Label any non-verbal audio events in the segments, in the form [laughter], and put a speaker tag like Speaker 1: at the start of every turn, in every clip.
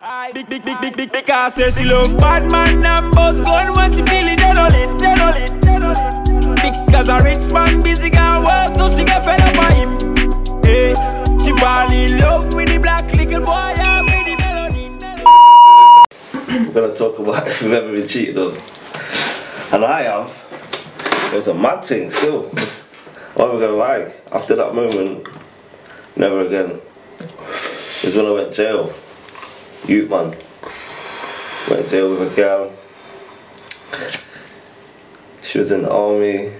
Speaker 1: I big big big big big big I say she love bad man and boss gun when she feel it adrenaline, adrenaline, adrenaline. Because a rich man busy can work so she get fed up by him. Hey, she fall in love with the black little boy and with the melanin. melanin.
Speaker 2: We're gonna talk about [laughs] if you've ever been cheated on. And I have. It was a mad thing still. What am I gonna lie? After that moment, never again. It's when I went to jail. Youth man. Went to jail with a girl. She was in the army.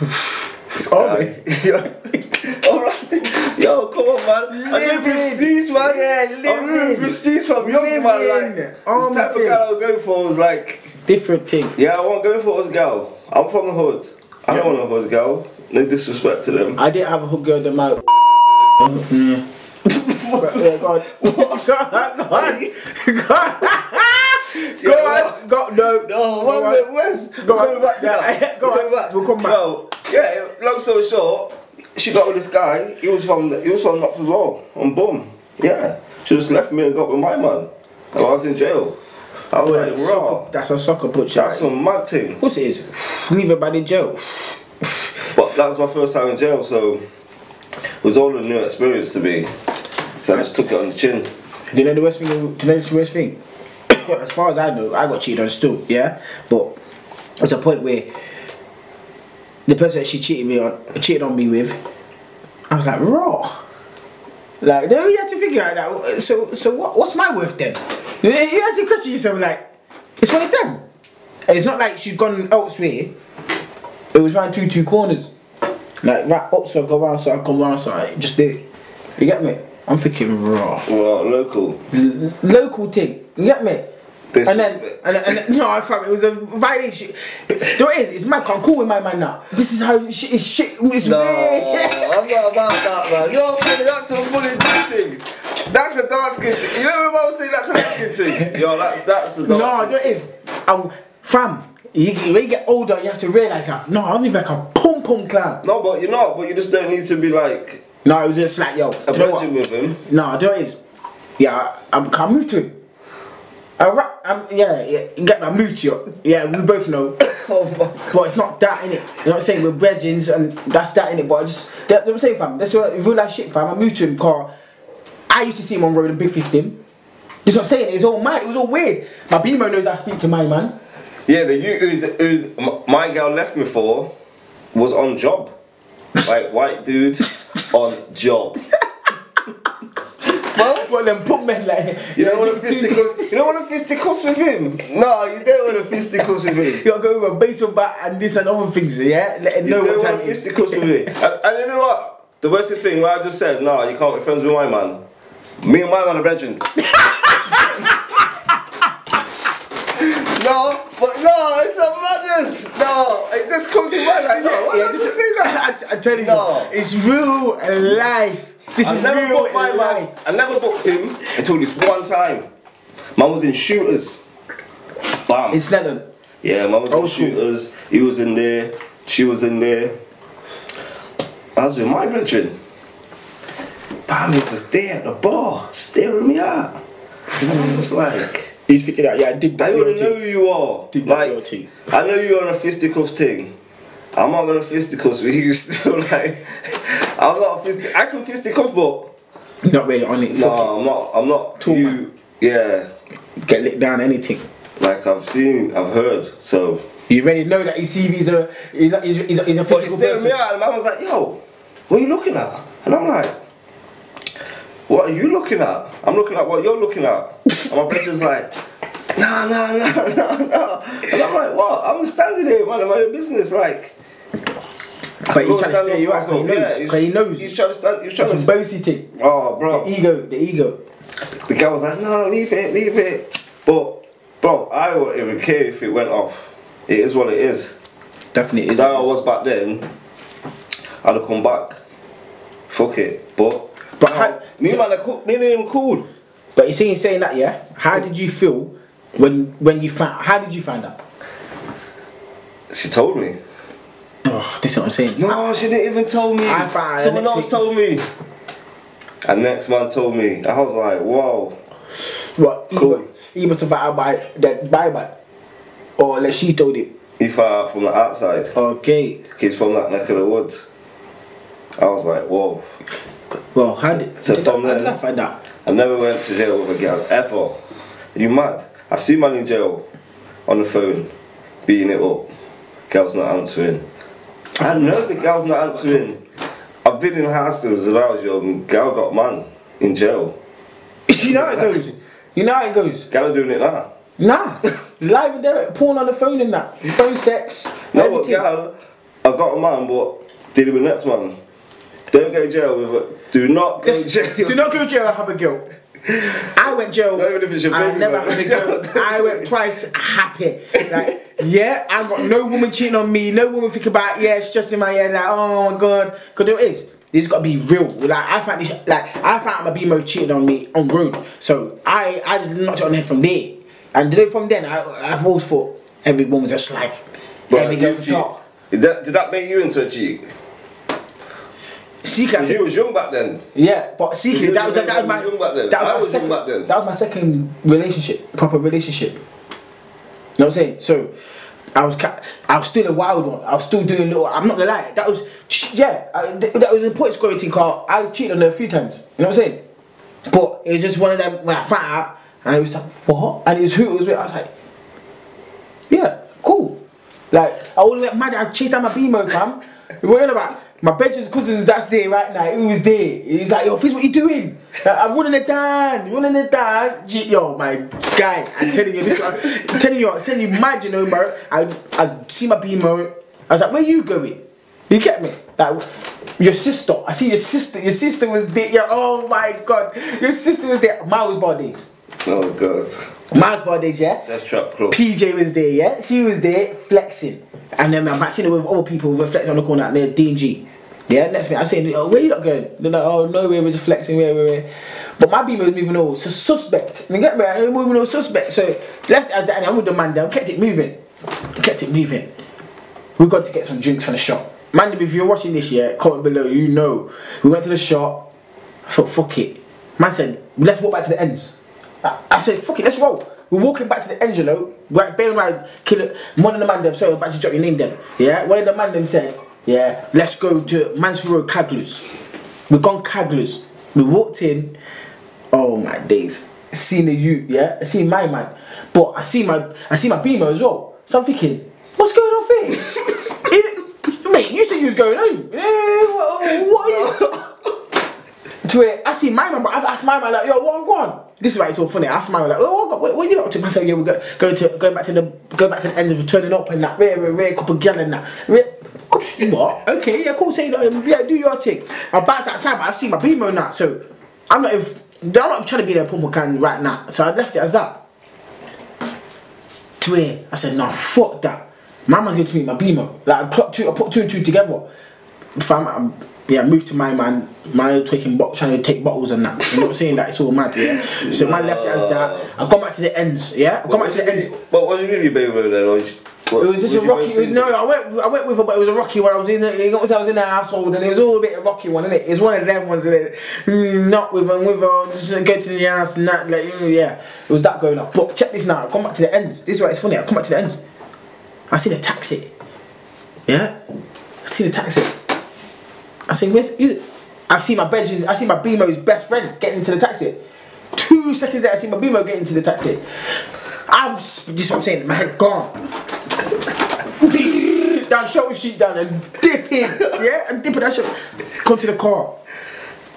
Speaker 2: This
Speaker 3: Army?
Speaker 2: guy- [laughs] Yeah. Alright. Yo, come on man. I'm doing prestige man.
Speaker 3: Yeah,
Speaker 2: I'm doing
Speaker 3: living.
Speaker 2: prestige from Oh young man
Speaker 3: Living.
Speaker 2: like this
Speaker 3: Army
Speaker 2: type of
Speaker 3: thing.
Speaker 2: girl I was going for was like
Speaker 3: Different thing.
Speaker 2: yeah, I want to go for this girl. I'm from the hood. I don't want a hood girl. No disrespect to [laughs] them.
Speaker 3: I didn't have a hook girl that my. [laughs] Yeah.
Speaker 2: What the-
Speaker 3: Yeah, go on. [laughs]
Speaker 2: [laughs]
Speaker 3: Go on. Go on.
Speaker 2: [laughs]
Speaker 3: Go on. Go no.
Speaker 2: No,
Speaker 3: Go
Speaker 2: one
Speaker 3: on.
Speaker 2: minute, Wes.
Speaker 3: Go
Speaker 2: We're
Speaker 3: on.
Speaker 2: going back to
Speaker 3: Yeah,
Speaker 2: that.
Speaker 3: go
Speaker 2: We're
Speaker 3: on.
Speaker 2: going back.
Speaker 3: We'll come back.
Speaker 2: No, yeah. Long story short, she got with this guy. He was from he was from Knox as well. And boom, yeah. She just left me and got with my man. And I was in jail. I was
Speaker 3: That's a
Speaker 2: like, raw.
Speaker 3: soccer- That's a soccer butcher.
Speaker 2: That's
Speaker 3: right?
Speaker 2: some mad thing.
Speaker 3: Of course it is. Leave it by the jail.
Speaker 2: But that was my first time in jail, so it was all a new experience to me. So I just took it on the chin.
Speaker 3: Do you know the worst thing? Do you know the worst thing? [coughs] as far as I know, I got cheated on still, yeah. But it's a point where the person that she cheated me on, cheated on me with, I was like raw. Like, no, you have to figure out that. So, so what? What's my worth then? You you have to question yourself. Like, it's one of them. And It's not like she's gone elsewhere. It was round two two corners. Like right up, so I go round, so I come round, so I just do it. You get me? I'm thinking raw
Speaker 2: Well, local.
Speaker 3: l- local thing. You get me?
Speaker 2: This
Speaker 3: and then,
Speaker 2: was it.
Speaker 3: and then, and then, no, I fam, it was a violation. Do you know what it is? It's mad. 'cause I'm cool with my man now. This is how shit is shit. It's
Speaker 2: No,
Speaker 3: weird. [laughs]
Speaker 2: I'm not about that, man. You're funny. That's a funny thing. That's a dark skin thing. You know what I was saying? That's a dark skin thing. Yo, that's that's a dark.
Speaker 3: No, do you know what it is? Um, fam, you, when you get older, you have to realize that. No, I'm even like a pom pom clown.
Speaker 2: no, but you're not. But you just don't need to be like
Speaker 3: No, it was just like
Speaker 2: a
Speaker 3: yo. Do you know what?
Speaker 2: with him.
Speaker 3: No, do you know what it is? Yeah, I'm. I moved to it. I ra- I'm, yeah, yeah, you get my move to you. Yeah, we both know.
Speaker 2: Oh my.
Speaker 3: But it's not that in it. You know what I'm saying? We're brethrens and that's that in it. But I just that, that I'm saying, fam. That's what real life shit, fam. I moved to him car. I used to see him on road and big fist him. You know what I'm saying? It's all mad. It was all weird. My BMO knows I speak to my man.
Speaker 2: Yeah, the you who the- who m- my girl left me for was on job. Like white dude on job.
Speaker 3: Well, them put men like [laughs]
Speaker 2: You don't want a
Speaker 3: just do-
Speaker 2: fisticuffs. You don't want a fisticuffs with him. No, you don't want a fisticuffs with him.
Speaker 3: You gotta go with a baseball bat and this and other things, yeah. Let him
Speaker 2: You
Speaker 3: know
Speaker 2: don't
Speaker 3: what time
Speaker 2: want
Speaker 3: it is.
Speaker 2: fisticuffs with me. [laughs] And, and you know what? The worst thing, what I just said, no, you can't be friends with my man. Me and my man are brethren. [laughs] no, but no, it's a madness. No, it just comes to mind like, no, why
Speaker 3: Yeah,
Speaker 2: don't
Speaker 3: this
Speaker 2: you
Speaker 3: is-
Speaker 2: say [laughs] that?
Speaker 3: [laughs] I, am telling
Speaker 2: No.
Speaker 3: you, it's real life. This
Speaker 2: I
Speaker 3: is
Speaker 2: never
Speaker 3: real
Speaker 2: booked my man.
Speaker 3: life.
Speaker 2: I never booked him until this one time. Man was in shooters. Bam.
Speaker 3: It's Lennon.
Speaker 2: Yeah, mum was
Speaker 3: Old
Speaker 2: in
Speaker 3: school.
Speaker 2: shooters. He was in there. She was in there. I was with my brethren. Bam is just there at the bar, staring me out. And I was like,
Speaker 3: He's thinking that, yeah, I dig
Speaker 2: I
Speaker 3: that.
Speaker 2: already
Speaker 3: loyalty.
Speaker 2: know who you are.
Speaker 3: Did that
Speaker 2: like,
Speaker 3: loyalty.
Speaker 2: I know you're on a fisticuffs thing. I'm not gonna fisticuffs with you [laughs] still. Like, I'm not a fistic. I can fisticuff, but
Speaker 3: Not really on it.
Speaker 2: no,
Speaker 3: Fuck
Speaker 2: I'm not. I'm not.
Speaker 3: Tall
Speaker 2: you,
Speaker 3: man.
Speaker 2: yeah.
Speaker 3: it. Get lit down, anything.
Speaker 2: Like I've seen, I've heard. So
Speaker 3: You already know that his CV is a is a, is a, is a, is a
Speaker 2: But he
Speaker 3: physical
Speaker 2: stared
Speaker 3: person.
Speaker 2: me out, and the man was like, "Yo, what are you looking at?" And I'm like, "What are you looking at?" I'm looking at what you're looking at. And my brother's like, "Nah, nah, nah, [laughs] nah, nah." And I'm like, "What? I'm standing here, man. in my own business, like."
Speaker 3: But he's
Speaker 2: Lord,
Speaker 3: trying to
Speaker 2: stand
Speaker 3: stare you
Speaker 2: up
Speaker 3: out.
Speaker 2: for
Speaker 3: so He
Speaker 2: myself. Yeah,
Speaker 3: knows.
Speaker 2: he's-
Speaker 3: Because he knows.
Speaker 2: He's trying to stand. He's trying
Speaker 3: That's a
Speaker 2: to.
Speaker 3: bossy thing.
Speaker 2: Oh, bro.
Speaker 3: The ego. The ego.
Speaker 2: The guy was like, no, leave it, leave it. But, bro, I wouldn't even care if it went off. It is what it is.
Speaker 3: Definitely
Speaker 2: Because
Speaker 3: is.
Speaker 2: that I was back then, I'd have come back. Fuck it. But,
Speaker 3: But
Speaker 2: No,
Speaker 3: how-
Speaker 2: me and man, are cool- me and him cool.
Speaker 3: But you see, he's saying that. Yeah. How did you feel when when you found? How did you find out?
Speaker 2: She told me.
Speaker 3: Oh, this is what I'm saying.
Speaker 2: No, she didn't even tell me.
Speaker 3: I found out
Speaker 2: Someone
Speaker 3: next
Speaker 2: else
Speaker 3: week.
Speaker 2: told me. And next man told me. I was like, wow.
Speaker 3: What? He
Speaker 2: Cool.
Speaker 3: must- He must have had by that by by, or like she told him.
Speaker 2: If I from the outside,
Speaker 3: Okay.
Speaker 2: he's from that neck of the woods. I was like, whoa.
Speaker 3: Well, how did,
Speaker 2: So
Speaker 3: did I,
Speaker 2: from
Speaker 3: how
Speaker 2: then-
Speaker 3: did I find out? [laughs]
Speaker 2: I never went to jail with a girl ever. You mad? I see man in jail on the phone, beating it up. Girl's not answering. I know the girl's not answering. I've been in hostels when I was young. Girl got man in jail.
Speaker 3: you know how it goes. You know how it goes.
Speaker 2: Girl doing it now.
Speaker 3: Nah, [laughs] live and direct, porn on the phone and that, phone sex.
Speaker 2: No, but
Speaker 3: everything.
Speaker 2: girl, I got a man, but did it with next man. Don't go to jail with a. Do not go
Speaker 3: Yes,
Speaker 2: to jail.
Speaker 3: Do not go to jail and have a girl. I went jail.
Speaker 2: Not even if it's your
Speaker 3: I
Speaker 2: baby,
Speaker 3: never
Speaker 2: man.
Speaker 3: had
Speaker 2: [laughs]
Speaker 3: a girl. I went twice happy. Like, yeah, I got no woman cheating on me, no woman thinking about, yeah, it's just in my head, like, oh my god. Because it is. It's gotta be real. Like I found this like I found my BMO cheated on me on road. So I I just knocked it on the head from there. And then from then I I've always thought every woman's a slag.
Speaker 2: But
Speaker 3: every
Speaker 2: you
Speaker 3: girl's a
Speaker 2: cheat.
Speaker 3: top.
Speaker 2: Did that, did that make you into a cheat?
Speaker 3: Secret.
Speaker 2: You was young back then.
Speaker 3: Yeah, but secretly
Speaker 2: You
Speaker 3: that was that, that was
Speaker 2: was
Speaker 3: my
Speaker 2: young back then.
Speaker 3: that
Speaker 2: I
Speaker 3: my
Speaker 2: was young
Speaker 3: second-
Speaker 2: back then.
Speaker 3: That was my second relationship, proper relationship. You know what I'm saying? So I was ca- I was still a wild one. I was still doing little. I'm not gonna lie. That was sh- yeah. I, th- that was a point scoring team. Car. I cheated on her three times. You know what I'm saying? But it was just one of them when I found out, and it was like what? And it was who it was with. I was like, yeah, cool. Like I all went mad. I chased down my BMO fam. What you on about? My bedroom's cousins that's there right now. He was there. He's like, yo, Fizz, what you doing? Like, I'm running it down, running it down. Gee, Yo, my guy, I'm telling you, this I'm telling you, I'm telling you, mad, you know, bro. I I see my BMO. I was like, where you going? You get me? Like your sister. I see your sister. Your sister was there. Yeah, oh my god, your sister was there. Miles birthdays.
Speaker 2: Oh god,
Speaker 3: Miles birthdays, yeah.
Speaker 2: that's trap club.
Speaker 3: PJ was there, yeah? She was there flexing. And then I'm actually with other people reflecting on the corner at their D&G. Yeah, next minute I'm saying, oh, where you not going? They're like, oh, no, we're just flexing, where, where, where. But my beamer was moving over, so suspect. You get me? I ain't moving over suspect. So left it as that, and I'm with the man down, kept it moving. Kept it moving. We got to get some drinks from the shop. Mandem, if you're watching this, yeah, comment below, you know. We went to the shop, I thought, fuck it. Man said, let's walk back to the ends. I, I said, fuck it, let's roll. We're walking back to the ends, you know. We're bearing around, kill One of the man them, sorry, I was about to drop your name then. Yeah, one of the man them said, yeah, let's go to Mansfield Road Caglers. We've gone Caglers. We walked in. Oh my days. I seen the you, yeah. I seen my man. But I see my I see my beamer as well. So I'm thinking, what's going on here? [laughs] It- Mate, you said you was going home. Yeah, what, what are you? to it. I see my man, but I've asked my man like, yo, what I'm going? This is why it's all funny. I asked my man like, oh, what, what, what you up to? I said, yeah, we go go to going back to the go back to the ends of turning up and that rare, rare, rare couple gal and that. Rare. What? Okay, yeah, cool. Say that. um, Yeah, do your thing. I bounced outside, but I've seen my BMO now, so I'm not. If, I'm not trying to be their pump can right now, so I left it as that to it. I said, nah, fuck that. My man's going to meet my beamer. Like, I put two, I put two and two together. Fam, I'm, yeah, I moved to my man. Man taking bo- trying to take bottles and that. You know what I'm saying? Like, it's all mad, yeah. So man left it as that. I got back to the ends, yeah. I got back to the ends.
Speaker 2: But what do you mean you baby over there? Or you- what-
Speaker 3: It was just
Speaker 2: would
Speaker 3: a
Speaker 2: you
Speaker 3: rocky.
Speaker 2: both
Speaker 3: It was,
Speaker 2: see-
Speaker 3: no, I went. I went with her, but it was a rocky one. I was in. The, you know, what I'm saying? I was in the household, and it was all a bit of a rocky one, innit? it? It's one of them ones that mm, not with her, with her, just go to the house, and that, like, mm, yeah, it was that going on. But check this now. I come back to the ends. This is why it's funny. I come back to the ends. I see the taxi. Yeah, I see the taxi. I say, where's who's- I've seen my bedroom. I see my BMO's best friend get into the taxi. Two seconds later, I see my BMO get into the taxi. I'm sp- this is what I'm saying. My head gone down shoulder sheet down and dip in. Yeah, and dip it. That shit. Come to the car.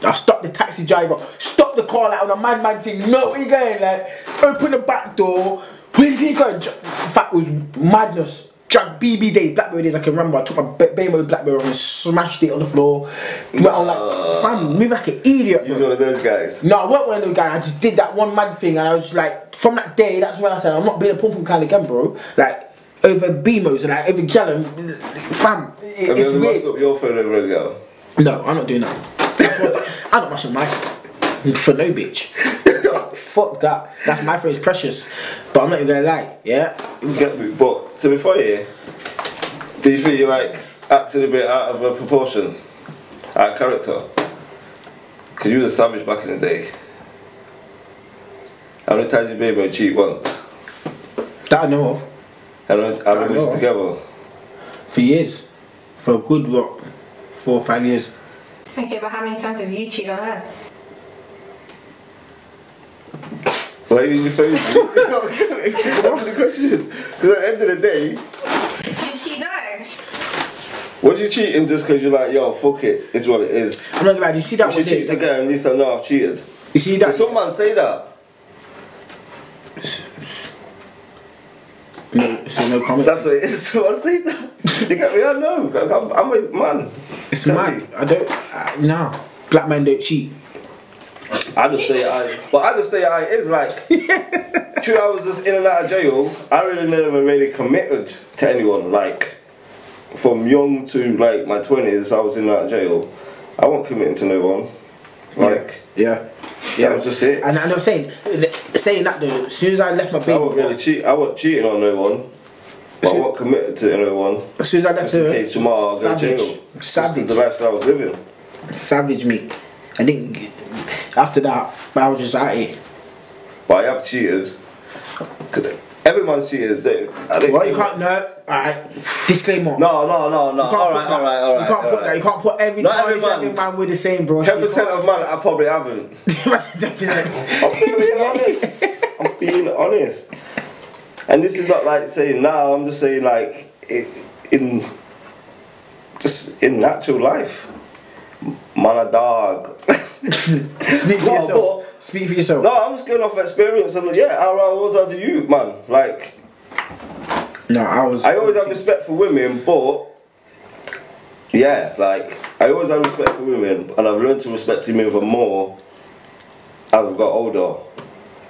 Speaker 3: I stopped the taxi driver. Stop the car like on a madman thing. No, where you going? Like, open the back door. Where you going? Dr- In fact, it was madness. Drag BB days, Blackberry days. I can remember. I took my Be- Bemo Blackberry and smashed it on the floor. Went on like, fam, move like an idiot.
Speaker 2: You
Speaker 3: bro.
Speaker 2: was one of those guys.
Speaker 3: No, I weren't one of those guys. I just did that one mad thing, and I was just like, from that day, that's when I said I'm not being a pom pom kind again, bro. Like over BMOs and like over Gallum, fam.
Speaker 2: Have
Speaker 3: it- It's
Speaker 2: you ever
Speaker 3: weird.
Speaker 2: messed up your phone over a girl?
Speaker 3: No, I'm not doing that. That's what- [laughs] I'm not mashing my for
Speaker 2: [laughs]
Speaker 3: no bitch. Fuck that. That's my phrase, precious. But I'm not even gonna lie. Yeah,
Speaker 2: You Get me. But to be fair, yeah, do you think you're like acting a bit out of uh, proportion, out of character? Because you was a savage back in the day. How many times you made me cheat once?
Speaker 3: That I know of
Speaker 2: How many how many
Speaker 3: I know.
Speaker 2: was together?
Speaker 3: for years, for a good what, four or five years.
Speaker 4: Okay, but how many times have you cheated on her?
Speaker 2: Why are you in your
Speaker 3: [laughs]
Speaker 2: face? What's the question? Because at the end of the day,
Speaker 4: Did she know?
Speaker 2: what you cheating just because you're like, yo, fuck it, it's what it is.
Speaker 3: I'm not gonna lie. You see that
Speaker 2: If she
Speaker 3: one
Speaker 2: cheats
Speaker 3: day?
Speaker 2: again, at least I know I've cheated.
Speaker 3: You see
Speaker 2: Did
Speaker 3: that?
Speaker 2: some man say that?
Speaker 3: No, so no comment.
Speaker 2: That's what it is. [laughs] So I say that. You get me? I know. I'm, I'm a man.
Speaker 3: it's
Speaker 2: Get
Speaker 3: mad.
Speaker 2: me?
Speaker 3: I don't. I, nah, black men don't cheat.
Speaker 2: I just say I, but I just say I is like
Speaker 3: [laughs]
Speaker 2: two hours just in and out of jail. I really never really committed to anyone. Like from young to like my twenties, I was in and out of jail. I wasn't committing to no one. Like
Speaker 3: Yeah.
Speaker 2: that was just it.
Speaker 3: And, and I'm saying, th- saying that though, as soon as I left my
Speaker 2: I
Speaker 3: baby,
Speaker 2: wasn't really cheat. I wasn't cheating on no one. But I wasn't committed to no one.
Speaker 3: as soon as I left
Speaker 2: Just in
Speaker 3: the
Speaker 2: case tomorrow I'll go to
Speaker 3: savage,
Speaker 2: jail. Just 'cause the
Speaker 3: savage,
Speaker 2: lifestyle I was living.
Speaker 3: savage me. I didn't. g- After that, I was just at it.
Speaker 2: But I have cheated. 'Cause Everyone's cheated. They, I think
Speaker 3: Well, you can't. No. Alright. Disclaimer.
Speaker 2: No, no, no, no.
Speaker 3: You can't
Speaker 2: All
Speaker 3: put
Speaker 2: right,
Speaker 3: that-
Speaker 2: all right, all right.
Speaker 3: You can't put that. You can't put every
Speaker 2: Not
Speaker 3: time
Speaker 2: every
Speaker 3: every,
Speaker 2: man.
Speaker 3: every man with the same, bro.
Speaker 2: Ten percent of man, I probably haven't.
Speaker 3: [laughs] Ten percent.
Speaker 2: [laughs] I'm being honest. I'm being honest. And this is not like saying now. I'm just saying like i in just in natural life. Man, a dog.
Speaker 3: Speak for
Speaker 2: No,
Speaker 3: yourself. Speak for yourself.
Speaker 2: no, I'm just going off experience. I'm like, yeah, how I was as a youth, man. Like
Speaker 3: No, I was.
Speaker 2: I always have respect for women, but yeah, like I always have respect for women, and I've learned to respect them even more as I've got older.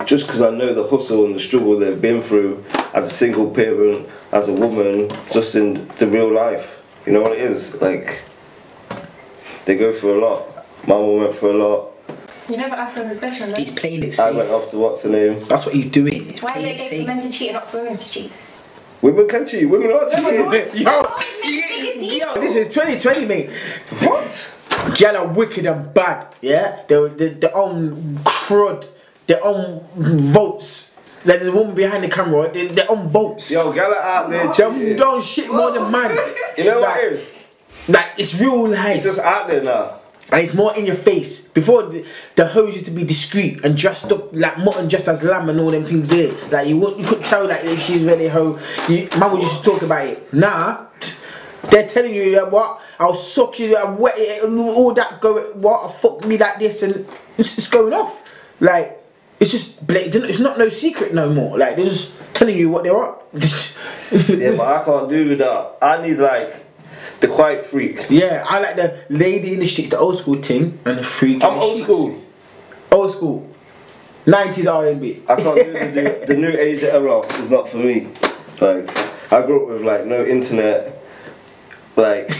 Speaker 2: Just because I know the hustle and the struggle they've been through as a single parent, as a woman, just in the real life. You know what it is? Like, they go through a lot. My mum went through a lot.
Speaker 4: You never asked her the question.
Speaker 5: He's
Speaker 4: Like,
Speaker 5: playing it
Speaker 2: I
Speaker 5: safe.
Speaker 2: went off to what's her name.
Speaker 3: That's what he's doing. He's
Speaker 4: why is
Speaker 5: playing
Speaker 4: it
Speaker 5: it
Speaker 4: okay for
Speaker 5: safe.
Speaker 4: men to cheat and not for women to cheat?
Speaker 2: Women can cheat, women are cheating.
Speaker 3: Yo,
Speaker 4: big
Speaker 3: yo, this is 2020, mate.
Speaker 2: what?
Speaker 3: Y'all are wicked and bad. Yeah, they they their own crud, their own votes. Like there's a woman behind the camera, they, their own votes.
Speaker 2: Yo, gal out there
Speaker 3: Them
Speaker 2: cheating.
Speaker 3: don't shit more than man.
Speaker 2: You know
Speaker 3: like,
Speaker 2: what it is?
Speaker 3: Like it's real life.
Speaker 2: It's just out there now.
Speaker 3: And it's more in your face. Before the, the hoes used to be discreet and dressed up like mutton, just as lamb and all them things there. Like you would you could tell that like, she's really hoe. You, man would just talk about it. Nah, t- they're telling you that what I'll suck you, I'll wet it, and all that go what I fuck me like this, and it's, it's going off. Like it's just blatant. It's not no secret no more. Like they're just telling you what they are.
Speaker 2: Yeah, but I can't do that. I need like the quiet freak.
Speaker 3: [laughs] yeah, I like the lady in the streets, the old school thing, and the freak. in
Speaker 2: I'm
Speaker 3: the
Speaker 2: old
Speaker 3: streets.
Speaker 2: school.
Speaker 3: Old school. 90s R&B.
Speaker 2: I can't do the new, the new age era. Is not for me. Like I grew up with like no internet. Like
Speaker 3: [laughs]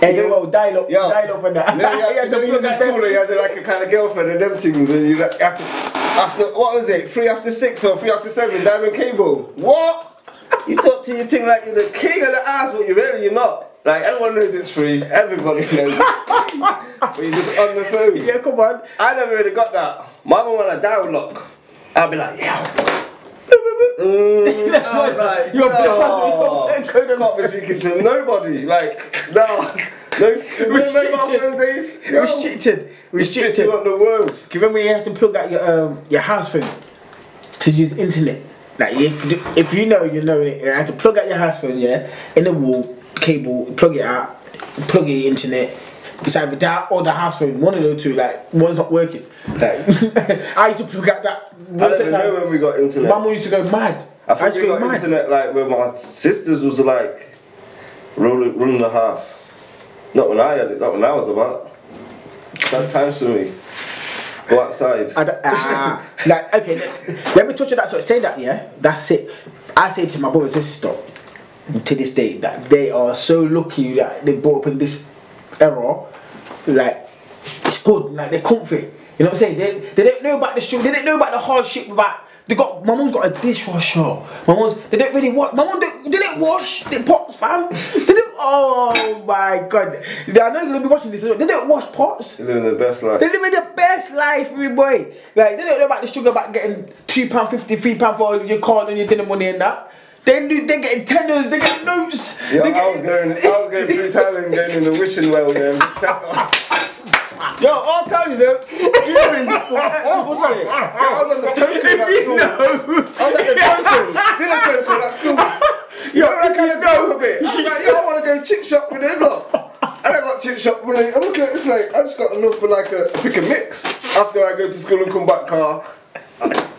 Speaker 3: Hey, yo, yo, dial up,
Speaker 2: Yo.
Speaker 3: dial up and that.
Speaker 2: No,
Speaker 3: [laughs]
Speaker 2: you had,
Speaker 3: to
Speaker 2: no, you
Speaker 3: plug
Speaker 2: was in
Speaker 3: that
Speaker 2: school
Speaker 3: in.
Speaker 2: and you had like a kind of girlfriend and them things and you like after, after what was it three after six or three after seven diamond cable what you talk to your thing like you're the king of the ass but you really you're not like everyone knows it's free everybody knows it. [laughs] but you're just on the phone
Speaker 3: Yeah, come on.
Speaker 2: I never really got that my mum had a dial lock I'd be like yeah
Speaker 3: [laughs]
Speaker 2: I was like,
Speaker 3: You're [laughs]
Speaker 2: no,
Speaker 3: the first one.
Speaker 2: can't be speaking to nobody. Like, no, no, no mobile phone days. yo.
Speaker 3: Restricted. Restricted.
Speaker 2: Restricted on the world.
Speaker 3: Do you remember you had to plug out your um, your house phone to use internet? Like you, if you know, you know it. You had to plug out your house phone, yeah, in the wall, cable, plug it out, plug in your internet. It's either that or the house phone. One of those two, like one's not working. Like [laughs] I used to plug out that.
Speaker 2: I don't even know when we got internet.
Speaker 3: Mum used to go mad.
Speaker 2: I think
Speaker 3: used to
Speaker 2: we
Speaker 3: go
Speaker 2: got internet like when my sisters was like running, running the house. Not when I had it, not when I was about. Bad times for me. Go outside.
Speaker 3: I don't, ah, like okay, let, let me touch on that. So say that, yeah, that's it. I say to my brothers and sisters to this day that they are so lucky that they brought up in this era. Like it's good, like they're comfy. You know what I'm saying? They, they don't know about the struggle. They don't know about the hardship about They got my mum's got a dishwasher. My mum's they don't really wash. My mum don't, they don't wash the pots, fam. they don't. Oh my god! They are not gonna be watching this. They don't wash pots.
Speaker 2: You're living the best life.
Speaker 3: They're living the best life, me boy. Like they don't know about the sugar about getting two pound fifty, three pound for your card and your dinner money and that. They do. They getting tenders. They get notes.
Speaker 2: Yo,
Speaker 3: they
Speaker 2: I was
Speaker 3: get,
Speaker 2: going, I was going through Thailand, going in the wishing well, then. Yo, all uh, times, yo, giving some extra what's it? Yo, I was on the token at school. I was at the token, dinner token at school. Yo, I kind of go a bit. I was like, yo, I want to go chip shop with him, look. And I got chip shop money. I'm looking at this like, I just got enough for like a pick a mix. After I go to school and come back, car.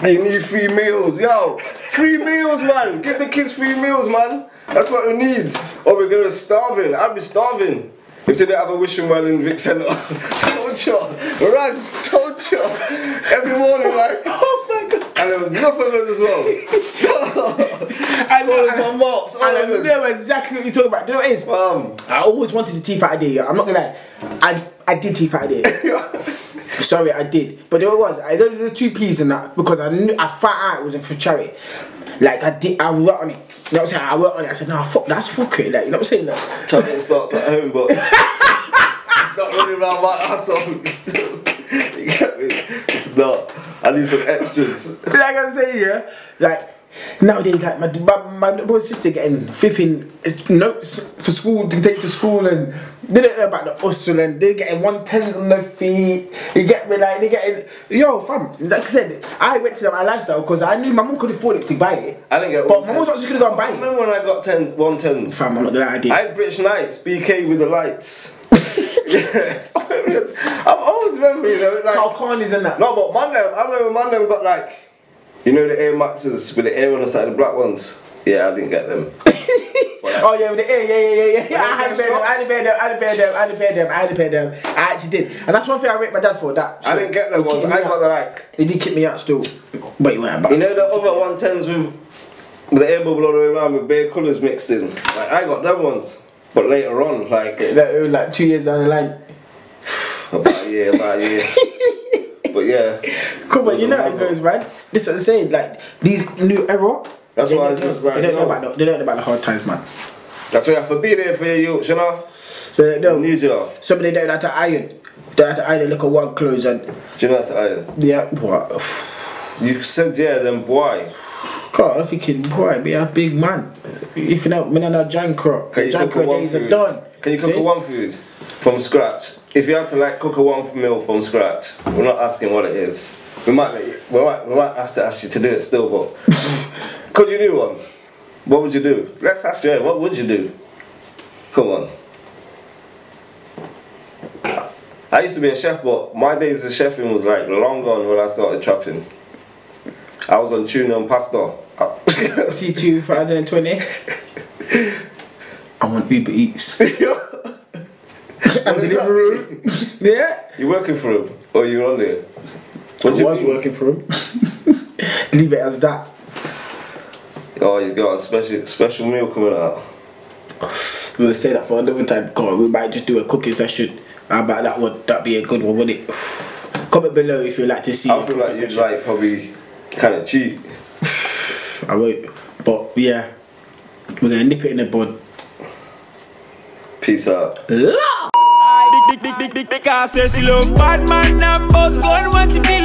Speaker 2: You need free meals, yo. Free meals, man. Give the kids free meals, man. That's what we need. Or we're gonna starving. I'd be starving. If they do not have a wishing well in Vic Centre, [laughs] torture, rags, torture. Every morning, like,
Speaker 3: [laughs] oh my god.
Speaker 2: and there was nothing of us as well.
Speaker 3: [laughs] I know,
Speaker 2: All of
Speaker 3: and-
Speaker 2: my marks, all
Speaker 3: and I
Speaker 2: of us.
Speaker 3: know exactly what you're talking about. Do you know what it is?
Speaker 2: Mum.
Speaker 3: I always wanted a tea fight idea. I'm not gonna lie. I I did tea fight idea. Sorry, I did. But there was. I only did two P's in that because I knew I found out it was for charity. Like I did, I worked on it. You know what I'm saying? I worked on it. I said, nah, fuck, that's fuckery. Like you know what I'm saying? Like, [laughs]
Speaker 2: Traveling starts at home, but it's not running around my asshole. Still, [laughs] you get me? It's not. I need some extras.
Speaker 3: like I'm saying, yeah. Like nowadays, like my my, my little sister getting flipping uh, notes for school to take to school, and they don't know about the hustle, and they're getting one tens on their feet. You get me? Like they getting yo, fam. Like I said, I went to my lifestyle because I knew my mum could afford it to buy it.
Speaker 2: I didn't get
Speaker 3: But
Speaker 2: one
Speaker 3: my mum's
Speaker 2: ten.
Speaker 3: not just gonna go and buy it.
Speaker 2: Remember when I got ten, one tens?
Speaker 3: Fam, I'm not gonna lie, I did.
Speaker 2: I had British Knights, BK with the lights. yes. [laughs] I've always remember, you know, like.
Speaker 3: Carl Khan is in that.
Speaker 2: No, but Mandem, I remember Mandem got like, you know, the Air Maxes with the air on the side, the black ones. Yeah, I didn't get them.
Speaker 3: Oh yeah, with the, yeah, yeah, yeah, yeah, yeah. I had to pay them. I had to pay them. I had to pay them. I had to pay them. I had to pay them. I actually did, and that's one thing I rate my dad for. That
Speaker 2: I didn't get them
Speaker 3: He kicked
Speaker 2: ones.
Speaker 3: me
Speaker 2: I
Speaker 3: out.
Speaker 2: got the like,
Speaker 3: He did kick me out still, but he went back.
Speaker 2: you know, the other one tens with with the air bubble all the way around with bare colours mixed in. Like, I got them ones. But later on, like,
Speaker 3: That it was like two years down the line.
Speaker 2: about a year, about a year. but yeah.
Speaker 3: Cool, but
Speaker 2: It was
Speaker 3: you know
Speaker 2: a
Speaker 3: how it
Speaker 2: massive-
Speaker 3: goes, man. This is what I'm saying. Like these new era.
Speaker 2: That's
Speaker 3: they
Speaker 2: why I
Speaker 3: don't know.
Speaker 2: just like,
Speaker 3: they don't know
Speaker 2: yo.
Speaker 3: about the, they don't know about the hard times, man.
Speaker 2: That's why I have to be there for you, you know?
Speaker 3: So they don't.
Speaker 2: Need you. Do
Speaker 3: Some of them don't know how to iron. Don't know how to iron. Look at one clothes and
Speaker 2: you know how to iron?
Speaker 3: yeah, what?
Speaker 2: You said yeah, then why?
Speaker 3: God, if you can boy, be a big man. If you know, me and Jan crop,
Speaker 2: Can you
Speaker 3: Jan
Speaker 2: cook a
Speaker 3: crop
Speaker 2: one
Speaker 3: days are
Speaker 2: food?
Speaker 3: done.
Speaker 2: Can you cook
Speaker 3: See?
Speaker 2: a one food from scratch? If you have to like cook a one meal from scratch, we're not asking what it is. We might, let you- we might, we might have to ask you to do it still,
Speaker 3: [laughs]
Speaker 2: but could you do one? What would you do? Let's ask you. yeah, What would you do? Come on. I used to be a chef, but my days as chefing was like long gone when I started trapping. I was on tuna and pasta.
Speaker 3: [laughs]
Speaker 2: [laughs]
Speaker 3: [laughs] See 2020. I want
Speaker 2: [laughs]
Speaker 3: Uber Eats. and Deliveroo. yeah.
Speaker 2: you working for him, or you on there?
Speaker 3: I
Speaker 2: What do you
Speaker 3: was
Speaker 2: mean?
Speaker 3: working for him. [laughs] Leave it as that.
Speaker 2: Oh, he's got a special special meal coming out.
Speaker 3: We'll say that for another time. God, we might just do a cooking session. How about that one? That'd be a good one, wouldn't it? [sighs] Comment below if you'd like to see.
Speaker 2: I
Speaker 3: a
Speaker 2: feel
Speaker 3: cooking
Speaker 2: like you'd
Speaker 3: session.
Speaker 2: like probably kind of cheat.
Speaker 3: I won't. But yeah, we're gonna nip it in the bud.
Speaker 2: Peace out.
Speaker 1: Dick, dick, dick, dick, dick, dick, I say she love bad man and boss gun when she feel Eh, Eh,